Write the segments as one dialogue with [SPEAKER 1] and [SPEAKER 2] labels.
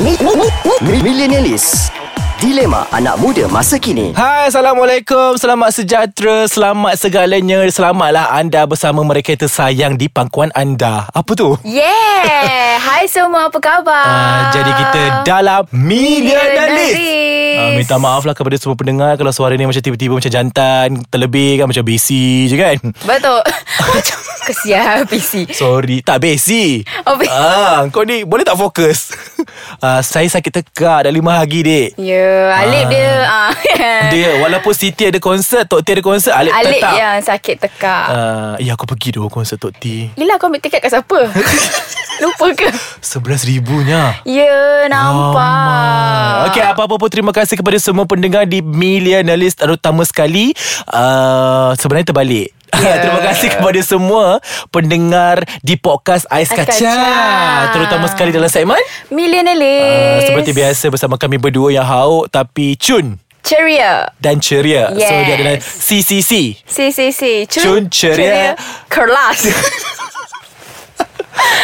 [SPEAKER 1] Mi- mi- mi- mi- Millenialis Dilema anak muda masa kini
[SPEAKER 2] Hai, Assalamualaikum. Selamat sejahtera. Selamat segalanya. Selamatlah anda bersama mereka tersayang di pangkuan anda. Apa tu?
[SPEAKER 3] Yeah Hai semua apa khabar
[SPEAKER 2] Uh, jadi kita dalam Millionaires. Uh, minta maaf lah kepada semua pendengar Kalau suara ni macam tiba-tiba Macam jantan Terlebih kan Macam besi je kan
[SPEAKER 3] Betul Macam Kesian PC
[SPEAKER 2] Sorry Tak besi
[SPEAKER 3] Oh, besi.
[SPEAKER 2] Ah, Kau ni boleh tak fokus uh, Saya sakit tekak Dah lima hari dek
[SPEAKER 3] Ya yeah, Alip
[SPEAKER 2] Ah.
[SPEAKER 3] dia ah.
[SPEAKER 2] Dia walaupun Siti ada konsert Tok T ada konsert Alip,
[SPEAKER 3] Alip
[SPEAKER 2] tetap
[SPEAKER 3] yang sakit tekak uh.
[SPEAKER 2] uh, Ya aku pergi doh konsert Tok T
[SPEAKER 3] Yelah kau ambil tiket kat siapa Lupa ke
[SPEAKER 2] Sebelas ribunya
[SPEAKER 3] Ya yeah, nampak
[SPEAKER 2] Okey, apa-apa pun terima kasih kepada semua pendengar di Millionaires terutama sekali uh, sebenarnya terbalik. Yeah.
[SPEAKER 3] Ya.
[SPEAKER 2] terima kasih kepada semua pendengar di podcast Ais
[SPEAKER 3] Ais
[SPEAKER 2] Kacang.
[SPEAKER 3] Kacang.
[SPEAKER 2] Terutama sekali dalam segmen uh, Ah,
[SPEAKER 3] Millionaires
[SPEAKER 2] seperti biasa bersama kami berdua yang hauk tapi cun
[SPEAKER 3] Ceria
[SPEAKER 2] dan ceria. So dia
[SPEAKER 3] Yes.
[SPEAKER 2] adalah CCC.
[SPEAKER 3] Si si si
[SPEAKER 2] Cun, ceria.
[SPEAKER 3] Kerlas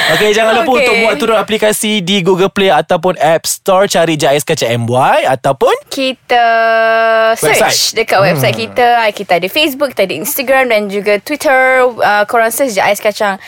[SPEAKER 2] Okey, jangan lupa okay.
[SPEAKER 3] Okey.
[SPEAKER 2] untuk buat turun aplikasi di Google Play ataupun App Store. Cari je AISKCMY ataupun...
[SPEAKER 3] kita search
[SPEAKER 2] Website. Hmm.
[SPEAKER 3] dekat website kita. Ah, Kita ada Facebook, kita ada Instagram dan juga Twitter. Uh, korang search je Ais Kacang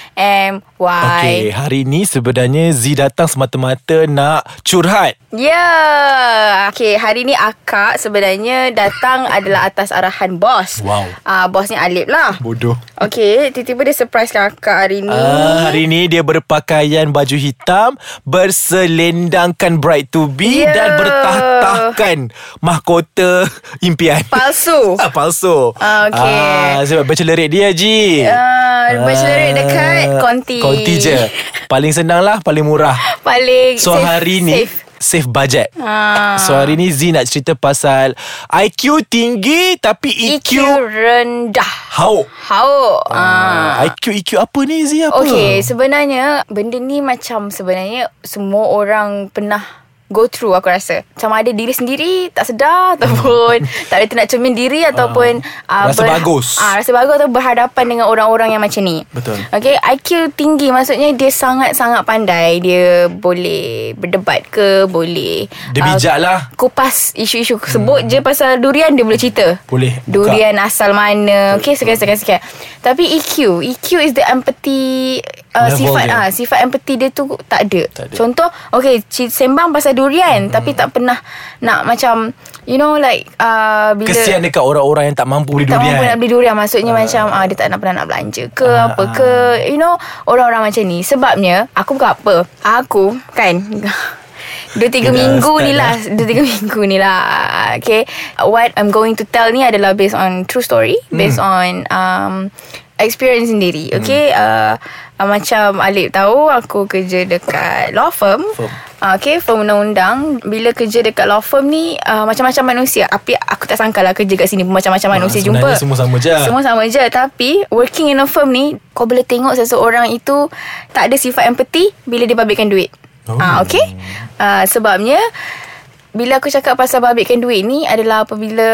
[SPEAKER 2] Okey,
[SPEAKER 3] MY.
[SPEAKER 2] hari ni sebenarnya Z datang semata-mata nak curhat.
[SPEAKER 3] Ya. Yeah. Okay, hari ni akak sebenarnya datang adalah atas arahan bos.
[SPEAKER 2] Wow.
[SPEAKER 3] Uh, bosnya Alip lah.
[SPEAKER 2] Bodoh.
[SPEAKER 3] Okay, tiba-tiba dia surprisekan akak hari ni.
[SPEAKER 2] Ah, hari ni dia berpakaian baju hitam Berselendangkan bride to be
[SPEAKER 3] Ya.
[SPEAKER 2] Dan bertah-tahkan mahkota impian
[SPEAKER 3] Palsu.
[SPEAKER 2] Ah, Palsu
[SPEAKER 3] Ah, okey.
[SPEAKER 2] ah, Sebab bachelorette dia Ji
[SPEAKER 3] Ah, bachelorette
[SPEAKER 2] Ah,
[SPEAKER 3] dekat Konti.
[SPEAKER 2] Konti je Paling senang lah Paling murah
[SPEAKER 3] Paling
[SPEAKER 2] So
[SPEAKER 3] safe,
[SPEAKER 2] hari ni
[SPEAKER 3] safe.
[SPEAKER 2] Save budget
[SPEAKER 3] Ah.
[SPEAKER 2] So hari ni Z nak cerita pasal IQ tinggi Tapi E
[SPEAKER 3] EQ
[SPEAKER 2] EQ,
[SPEAKER 3] E rendah.
[SPEAKER 2] How
[SPEAKER 3] How? Ah.
[SPEAKER 2] ah. IQ EQ apa ni Z apa
[SPEAKER 3] Okay sebenarnya Benda ni macam sebenarnya Semua orang pernah Go through aku rasa Macam ada diri sendiri Tak
[SPEAKER 2] Hmm.
[SPEAKER 3] sedar Ataupun Tak ada ternak cermin diri Ataupun uh,
[SPEAKER 2] Ah. Rasa bagus.
[SPEAKER 3] uh, Rasa bagus Atau berhadapan dengan orang-orang yang macam ni
[SPEAKER 2] Betul.
[SPEAKER 3] Okay IQ tinggi Maksudnya dia sangat-sangat pandai Dia boleh Berdebat ke Boleh
[SPEAKER 2] Dia
[SPEAKER 3] ah,
[SPEAKER 2] bijak lah
[SPEAKER 3] Kupas isu-isu Sebut je pasal durian Dia boleh cerita
[SPEAKER 2] Boleh, buka.
[SPEAKER 3] Durian asal mana Okay sekian sekian sekian Tapi E EQ EQ is the empathy uh,
[SPEAKER 2] Level
[SPEAKER 3] Sifat
[SPEAKER 2] dia.
[SPEAKER 3] ah Sifat empathy dia tu tak ada,
[SPEAKER 2] Tak ada. Hmm.
[SPEAKER 3] Contoh Okay ci- sembang pasal durian Tapi tak pernah Nak macam You know like uh, bila
[SPEAKER 2] Kesian dekat orang-orang yang tak mampu eh. beli
[SPEAKER 3] tak
[SPEAKER 2] durian.
[SPEAKER 3] mampu nak beli durian Maksudnya
[SPEAKER 2] Ah.
[SPEAKER 3] uh, macam uh, Dia tak nak pernah nak belanja ke uh, Apa ke You know Orang-orang macam ni Sebabnya Aku bukan apa Aku Kan Dua tiga
[SPEAKER 2] Dia dah
[SPEAKER 3] minggu
[SPEAKER 2] start
[SPEAKER 3] ni
[SPEAKER 2] dah.
[SPEAKER 3] lah Dua tiga minggu ni lah Okay What I'm going to tell ni adalah Based on true story
[SPEAKER 2] Hmm.
[SPEAKER 3] Based on um, Experience sendiri Okay uh, uh, Macam Alip tahu Aku kerja dekat Law firm,
[SPEAKER 2] Firm.
[SPEAKER 3] Uh, okay Firm undang-undang Bila kerja dekat law firm ni uh, Macam-macam manusia Tapi aku tak sangka lah Kerja kat sini pun macam-macam
[SPEAKER 2] Ah,
[SPEAKER 3] manusia
[SPEAKER 2] sebenarnya
[SPEAKER 3] jumpa
[SPEAKER 2] semua sama je.
[SPEAKER 3] Semua sama je Tapi Working in a firm ni Kau boleh tengok seseorang itu Tak ada sifat empathy Bila dia babitkan duit
[SPEAKER 2] Oh.
[SPEAKER 3] oh. ha, Okay ha, Sebabnya Bila aku cakap pasal babitkan duit ni Adalah apabila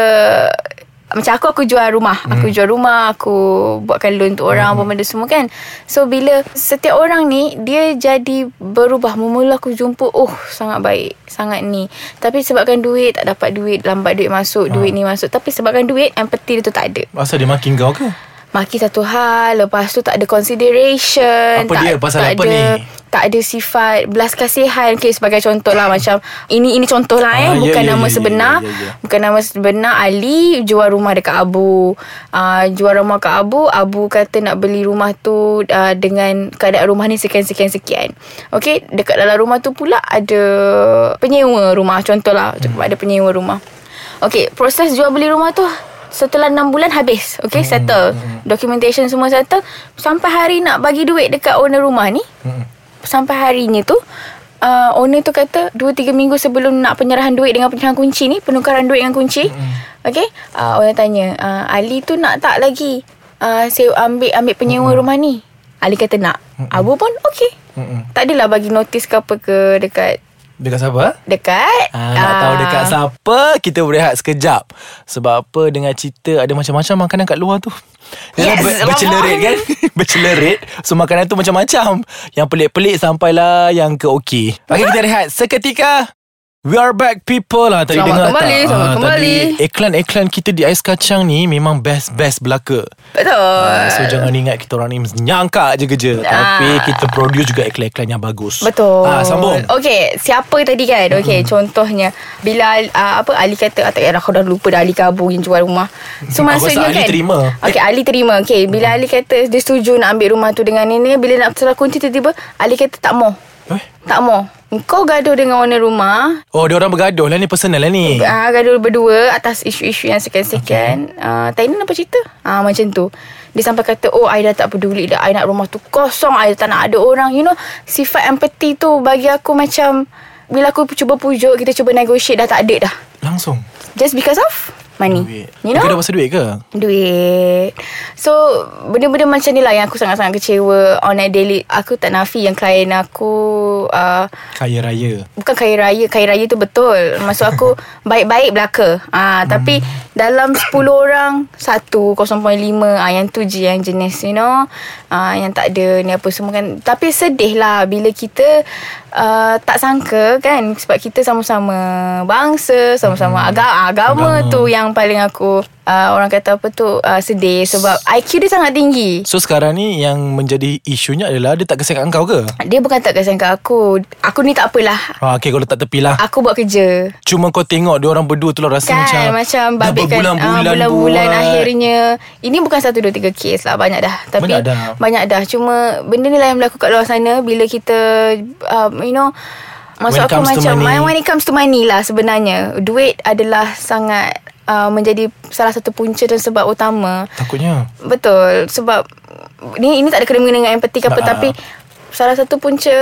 [SPEAKER 3] macam aku aku jual rumah Aku jual rumah Aku buatkan loan untuk orang Apa benda semua kan So bila Setiap orang ni Dia jadi Berubah Mula aku jumpa Oh sangat baik Sangat ni Tapi sebabkan duit Tak dapat duit Lambat duit masuk Duit ni masuk Tapi sebabkan duit Empathy dia tu tak ada
[SPEAKER 2] Asal dia makin kau ke?
[SPEAKER 3] Maki satu hal Lepas tu tak ada consideration
[SPEAKER 2] Apa
[SPEAKER 3] tak,
[SPEAKER 2] dia? Pasal
[SPEAKER 3] tak
[SPEAKER 2] apa
[SPEAKER 3] ada,
[SPEAKER 2] ni?
[SPEAKER 3] Tak ada sifat Belas kasihan okay, Sebagai contoh lah Macam Ini ini contoh lah
[SPEAKER 2] Hmm.
[SPEAKER 3] eh
[SPEAKER 2] Ah, ya,
[SPEAKER 3] Bukan
[SPEAKER 2] ya, ya,
[SPEAKER 3] nama
[SPEAKER 2] ya,
[SPEAKER 3] sebenar
[SPEAKER 2] ya, ya, ya.
[SPEAKER 3] Bukan nama sebenar Ali jual rumah dekat Abu uh, Jual rumah kat Abu Abu kata nak beli rumah tu uh, Dengan keadaan rumah ni sekian-sekian-sekian Okay Dekat dalam rumah tu pula Ada Penyewa rumah Contoh lah hmm. Ada penyewa rumah Okay Proses jual beli rumah tu Setelah 6 bulan habis Okay
[SPEAKER 2] Hmm,
[SPEAKER 3] settle Documentation semua settle Sampai hari nak bagi duit Dekat owner rumah ni
[SPEAKER 2] Hmm.
[SPEAKER 3] Sampai harinya tu uh, Owner tu kata 2-3 minggu sebelum nak penyerahan duit Dengan penyerahan kunci ni Penukaran duit dengan kunci
[SPEAKER 2] Hmm.
[SPEAKER 3] mm. Okay uh, Owner tanya uh, Ali tu nak tak lagi uh, Saya ambil ambil penyewa
[SPEAKER 2] Hmm.
[SPEAKER 3] mm. rumah ni
[SPEAKER 2] Hmm.
[SPEAKER 3] Ali kata nak mm Abu pun okay mm Tak adalah bagi notis ke apa ke Dekat
[SPEAKER 2] Dekat siapa?
[SPEAKER 3] Dekat
[SPEAKER 2] Ah, nak tahu dekat siapa Kita berehat sekejap Sebab apa Dengan cerita Ada macam-macam makanan kat luar tu
[SPEAKER 3] Yes,
[SPEAKER 2] Yalah,
[SPEAKER 3] lama.
[SPEAKER 2] Bachelor rate kan Bachelor rate So makanan tu macam-macam Yang pelik-pelik Sampailah Yang ke okey Okay kita rehat Seketika We are back people lah Tadi
[SPEAKER 3] Selamat
[SPEAKER 2] dengar
[SPEAKER 3] kembali,
[SPEAKER 2] tak?
[SPEAKER 3] selamat
[SPEAKER 2] Ah,
[SPEAKER 3] kembali.
[SPEAKER 2] Tadi iklan-iklan kita di Ais Kacang ni Memang best-best belaka
[SPEAKER 3] Betul
[SPEAKER 2] Ah, So jangan ingat kita orang ni Nyangka je kerja Tapi kita produce juga iklan-iklan yang bagus
[SPEAKER 3] Betul.
[SPEAKER 2] ah, Sambung
[SPEAKER 3] Okay, siapa tadi kan? Okay, mm-hmm. contohnya bila uh, apa Ali kata ah, tak payah aku dah lupa dah Ali kabur yang jual rumah. So
[SPEAKER 2] Aku rasa Ali
[SPEAKER 3] maksudnya kan
[SPEAKER 2] terima.
[SPEAKER 3] Okay, Ali terima. Okay, bila Ali kata dia setuju nak ambil rumah tu dengan nenek, bila nak serah kunci tiba-tiba Ali kata tak mau.
[SPEAKER 2] eh?
[SPEAKER 3] Tak mau. Kau gaduh dengan owner rumah,
[SPEAKER 2] Oh dia orang bergaduh lah ni Personal lah ni
[SPEAKER 3] uh, gaduh berdua atas isu-isu yang second-second. Okay. Uh, Tainan apa cerita? Ah uh, macam tu. Dia sampai kata, oh I dah tak peduli dah. I nak rumah tu kosong. I tak nak ada orang. You know, sifat empathy tu bagi aku macam... Bila aku cuba pujuk, kita cuba negotiate dah tak ada dah.
[SPEAKER 2] Langsung
[SPEAKER 3] Just because of money.
[SPEAKER 2] Duit
[SPEAKER 3] You know?
[SPEAKER 2] Kau dah pasal duit ke?
[SPEAKER 3] Duit So Benda-benda macam ni lah Yang aku sangat-sangat kecewa On a daily Aku tak nafi Yang klien aku uh,
[SPEAKER 2] Kaya raya
[SPEAKER 3] Bukan kaya raya Kaya raya tu betul Maksud aku Baik-baik belaka ah, Tapi Dalam 10 orang Satu 0.5 ah, Yang tu je yang jenis You know ah, Yang tak ada Ni apa semua kan Tapi sedih lah Bila kita uh, Tak sangka kan Sebab kita sama-sama Bangsa Sama-sama aga- agama,
[SPEAKER 2] Agama.
[SPEAKER 3] tu Yang paling aku uh, Orang kata apa tu uh, Sedih Sebab IQ dia sangat tinggi
[SPEAKER 2] So sekarang ni Yang menjadi isunya adalah Dia tak kesian kat kau ke?
[SPEAKER 3] Dia bukan tak kasihan kat aku Aku ni tak apalah
[SPEAKER 2] Ha, okay kau letak tepi lah
[SPEAKER 3] Aku buat kerja
[SPEAKER 2] Cuma kau tengok Dia orang berdua tu lah Rasa
[SPEAKER 3] kan,
[SPEAKER 2] macam
[SPEAKER 3] macam macam
[SPEAKER 2] dah
[SPEAKER 3] babit kan
[SPEAKER 2] berbulan-bulan
[SPEAKER 3] ah, bulan-bulan
[SPEAKER 2] buat.
[SPEAKER 3] akhirnya ini bukan satu dua tiga kes lah banyak dah tapi
[SPEAKER 2] Banyak dah.
[SPEAKER 3] banyak dah cuma benda ni lah yang berlaku kat luar sana bila kita um, you know
[SPEAKER 2] When
[SPEAKER 3] Maksud
[SPEAKER 2] it
[SPEAKER 3] aku
[SPEAKER 2] comes to
[SPEAKER 3] macam
[SPEAKER 2] money.
[SPEAKER 3] When it comes to money lah sebenarnya Duit adalah sangat uh, Menjadi salah satu punca dan sebab utama
[SPEAKER 2] Takutnya
[SPEAKER 3] Betul Sebab Ini, ini tak ada kena-mengena dengan empati ke apa
[SPEAKER 2] Tak.
[SPEAKER 3] Tapi Salah satu punca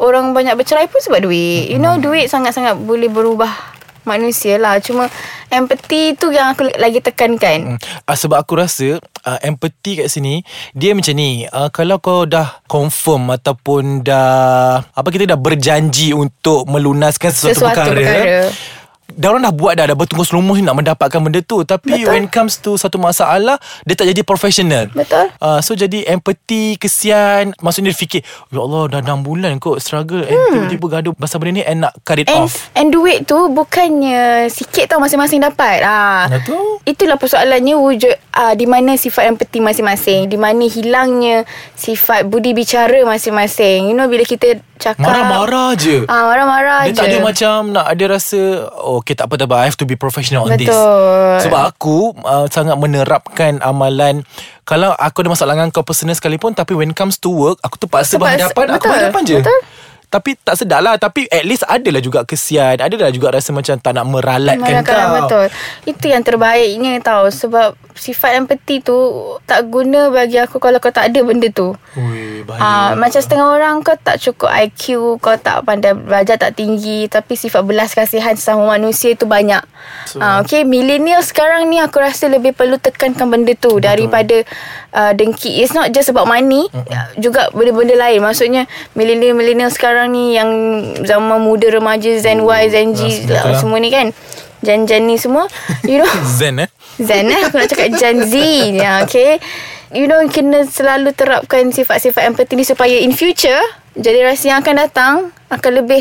[SPEAKER 3] Orang banyak bercerai pun sebab duit You
[SPEAKER 2] Hmm.
[SPEAKER 3] know duit sangat-sangat boleh berubah Manusia lah Cuma Empati tu yang aku lagi tekankan
[SPEAKER 2] Hmm. Ah, sebab aku rasa uh, empathy kat sini dia macam ni. Uh, kalau kau dah confirm ataupun dah apa kita dah berjanji untuk melunaskan sesuatu,
[SPEAKER 3] Sesuatu
[SPEAKER 2] perkara,
[SPEAKER 3] perkara.
[SPEAKER 2] Dah orang dah buat dah Dah bertungkus lumus ni Nak mendapatkan benda tu Tapi Betul.
[SPEAKER 3] Betul.
[SPEAKER 2] when comes to Satu masalah Dia tak jadi professional
[SPEAKER 3] Betul.
[SPEAKER 2] uh, So jadi empathy Kesian Maksudnya dia fikir Ya Allah dah 6 bulan kot Struggle And tiba-tiba gaduh Pasal benda ni And nak cut it
[SPEAKER 3] Hmm. And
[SPEAKER 2] off
[SPEAKER 3] and duit tu bukannya sikit tau masing-masing dapat. Ah.
[SPEAKER 2] Ya tu.
[SPEAKER 3] Itulah persoalannya wujud ah, di mana sifat empati masing-masing, di mana hilangnya sifat budi bicara masing-masing. You know bila kita cakap
[SPEAKER 2] Marah-marah je
[SPEAKER 3] Ah marah-marah
[SPEAKER 2] Dia
[SPEAKER 3] je.
[SPEAKER 2] tak ada macam Nak ada rasa oh, Okay tak apa tak apa I have to be professional on this
[SPEAKER 3] Betul.
[SPEAKER 2] Sebab aku uh, Sangat menerapkan amalan Kalau aku ada masalah Dengan kau personal sekalipun Tapi when comes to work Aku terpaksa
[SPEAKER 3] Terpaksa,
[SPEAKER 2] berhadapan Aku
[SPEAKER 3] betul,
[SPEAKER 2] berhadapan je
[SPEAKER 3] betul.
[SPEAKER 2] tapi tak sedap lah Tapi at least adalah juga kesian Adalah juga rasa macam Tak nak meralatkan
[SPEAKER 3] Marah karam,
[SPEAKER 2] kau
[SPEAKER 3] betul. Itu yang terbaiknya tau Sebab sifat empati tu Tak guna bagi aku Kalau kau tak ada benda tu
[SPEAKER 2] Ui, bahaya.
[SPEAKER 3] Ah, macam setengah orang kau tak cukup IQ, kau tak pandai belajar tak tinggi tapi sifat belas kasihan sesama manusia tu banyak. So, ah, okay, milenial sekarang ni aku rasa lebih perlu tekankan benda tu betul. daripada uh, dengki. It's not just about money, mm juga benda-benda lain. Maksudnya milenial-milenial sekarang ni yang zaman muda remaja Gen Y, Gen Z
[SPEAKER 2] yes, betul
[SPEAKER 3] lah,
[SPEAKER 2] lah.
[SPEAKER 3] semua ni kan. Gen-gen ni semua, you know.
[SPEAKER 2] Zen eh
[SPEAKER 3] Zen eh Aku nak cakap Gen Z ya, Okay You know Kena selalu terapkan Sifat-sifat empathy ni Supaya in future Generasi yang akan datang Akan lebih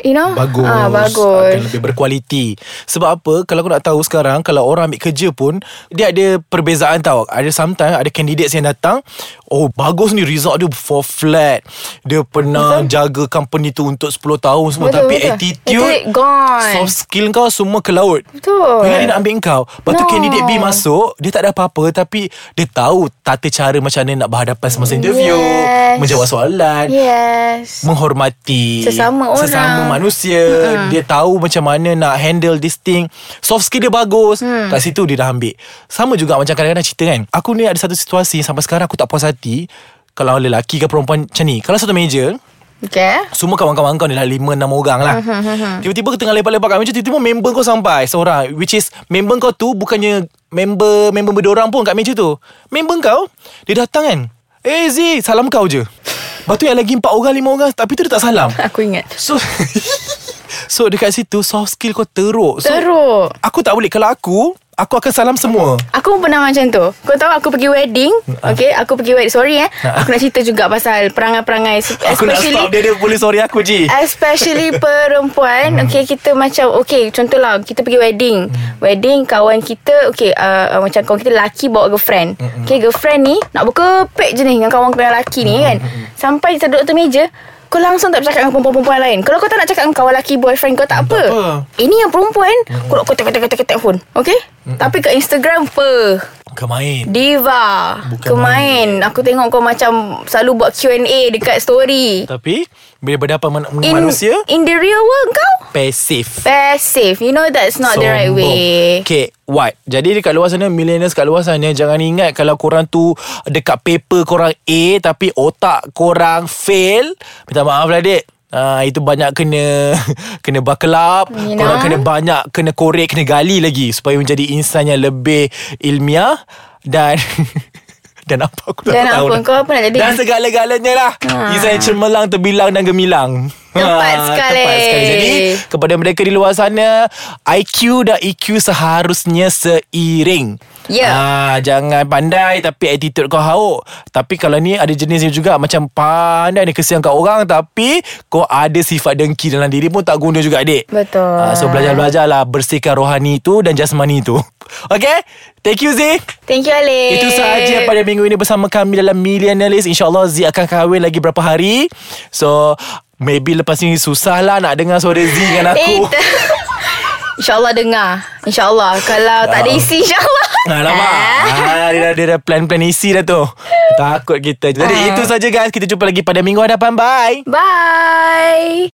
[SPEAKER 3] You know
[SPEAKER 2] Bagus
[SPEAKER 3] ah,
[SPEAKER 2] Akan
[SPEAKER 3] Bagus
[SPEAKER 2] lebih berkualiti Sebab apa Kalau aku nak tahu sekarang Kalau orang ambil kerja pun Dia ada perbezaan tau Ada sometimes Ada candidates yang datang Oh bagus ni result dia for flat Dia pernah jaga company tu Untuk 10 tahun semua
[SPEAKER 3] Betul,
[SPEAKER 2] Tapi
[SPEAKER 3] betul.
[SPEAKER 2] attitude
[SPEAKER 3] Attitude gone.
[SPEAKER 2] Soft skill kau semua ke laut
[SPEAKER 3] Betul.
[SPEAKER 2] Ingat dia nak ambil kau Lepas tu
[SPEAKER 3] No.
[SPEAKER 2] candidate B masuk Dia tak ada apa-apa Tapi dia tahu Tata cara macam mana Nak berhadapan semasa interview
[SPEAKER 3] Yes.
[SPEAKER 2] Menjawab soalan
[SPEAKER 3] Yes
[SPEAKER 2] menghormati
[SPEAKER 3] Sesama orang.
[SPEAKER 2] sesama manusia hmm. dia tahu macam mana nak handle this thing soft skill dia bagus hmm.
[SPEAKER 3] Mm.
[SPEAKER 2] kat situ dia dah ambil sama juga macam kadang-kadang cerita kan aku ni ada satu situasi sampai sekarang aku tak puas hati kalau lelaki ke perempuan macam ni kalau satu meja
[SPEAKER 3] Okay eh?
[SPEAKER 2] semua kawan-kawan kau ni lah 5-6 orang lah
[SPEAKER 3] Mhm,
[SPEAKER 2] Tiba-tiba kau tengah lepak-lepak kat meja Tiba-tiba member kau sampai seorang Which is member kau tu bukannya Member member berdorang pun kat meja tu Member kau Dia datang kan Eh Z salam kau je Lepas tu yang lagi 4 orang 5 orang Tapi tu dia tak salam
[SPEAKER 3] Aku ingat
[SPEAKER 2] So So dekat situ soft skill kau teruk. So,
[SPEAKER 3] Teruk.
[SPEAKER 2] Aku tak boleh kalau aku aku akan salam semua.
[SPEAKER 3] Aku pun pernah macam tu Kau tahu aku pergi wedding
[SPEAKER 2] Ha.
[SPEAKER 3] Okay Aku pergi wedding Sorry eh Aku nak cerita juga pasal Perangai-perangai
[SPEAKER 2] Aku nak
[SPEAKER 3] especially-
[SPEAKER 2] stop dia dia boleh sorry aku je.
[SPEAKER 3] Especially perempuan Okay kita macam Okay contohlah Kita pergi wedding Wedding kawan kita Okay uh, uh, Macam kawan kita lelaki Bawa girlfriend Okay girlfriend ni Nak berkepek je ni Dengan kawan kawan lelaki ni kan Sampai kita duduk atas meja kau langsung tak bercakap dengan perempuan-perempuan lain Kalau kau tak nak cakap dengan kawan lelaki Boyfriend kau tak apa,
[SPEAKER 2] apa.
[SPEAKER 3] Ini yang perempuan Kau nak kotak-kotak-kotak phone Okay Tapi kat Instagram apa
[SPEAKER 2] Kau main.
[SPEAKER 3] Diva
[SPEAKER 2] Bukan
[SPEAKER 3] Kau main Aku tengok kau macam Selalu buat Q&A Dekat story
[SPEAKER 2] Tapi bila berhadapan man- manusia
[SPEAKER 3] in the real world kau
[SPEAKER 2] pasif.
[SPEAKER 3] passive. You know that's not the right
[SPEAKER 2] Sombong.
[SPEAKER 3] way.
[SPEAKER 2] Okay what Jadi dekat luar sana Millennials kat luar sana Jangan ingat Kalau korang tu Dekat paper korang A Tapi otak korang fail Minta maaf lah dek Ah itu banyak kena kena bakelap
[SPEAKER 3] You
[SPEAKER 2] korang
[SPEAKER 3] know?
[SPEAKER 2] kena banyak kena korek kena gali lagi supaya menjadi insan yang lebih ilmiah dan dan apa aku tak
[SPEAKER 3] Dan
[SPEAKER 2] tahu
[SPEAKER 3] apa,
[SPEAKER 2] dah.
[SPEAKER 3] kau apa nak jadi?
[SPEAKER 2] dan segala-galanya lah
[SPEAKER 3] Ha.
[SPEAKER 2] insan yang cemerlang terbilang dan gemilang
[SPEAKER 3] Tepat
[SPEAKER 2] Ah,
[SPEAKER 3] sekali.
[SPEAKER 2] tepat sekali jadi kepada mereka di luar sana IQ dan EQ seharusnya seiring
[SPEAKER 3] Ya.
[SPEAKER 2] Ah, jangan pandai tapi attitude kau hauk. Tapi kalau ni ada jenis ni juga macam pandai ni kesian kat orang tapi kau ada sifat dengki dalam diri pun tak guna juga adik.
[SPEAKER 3] Betul.
[SPEAKER 2] Ah, so belajar-belajar lah bersihkan rohani tu dan jasmani tu. Okay? Thank you Zee.
[SPEAKER 3] Thank you Alif.
[SPEAKER 2] Itu sahaja pada minggu ini bersama kami dalam Millionaires. InsyaAllah Z akan kahwin lagi berapa hari. So, maybe lepas ni susah lah nak dengar suara Z dengan
[SPEAKER 3] Eh,
[SPEAKER 2] aku.
[SPEAKER 3] t- InsyaAllah dengar. InsyaAllah. Kalau tak
[SPEAKER 2] Ah.
[SPEAKER 3] ada isi insyaAllah.
[SPEAKER 2] Alamak ah, dia, dah, dia dah plan-plan isi dah tu Takut kita Jadi itu saja guys Kita jumpa lagi pada minggu hadapan Bye
[SPEAKER 3] Bye.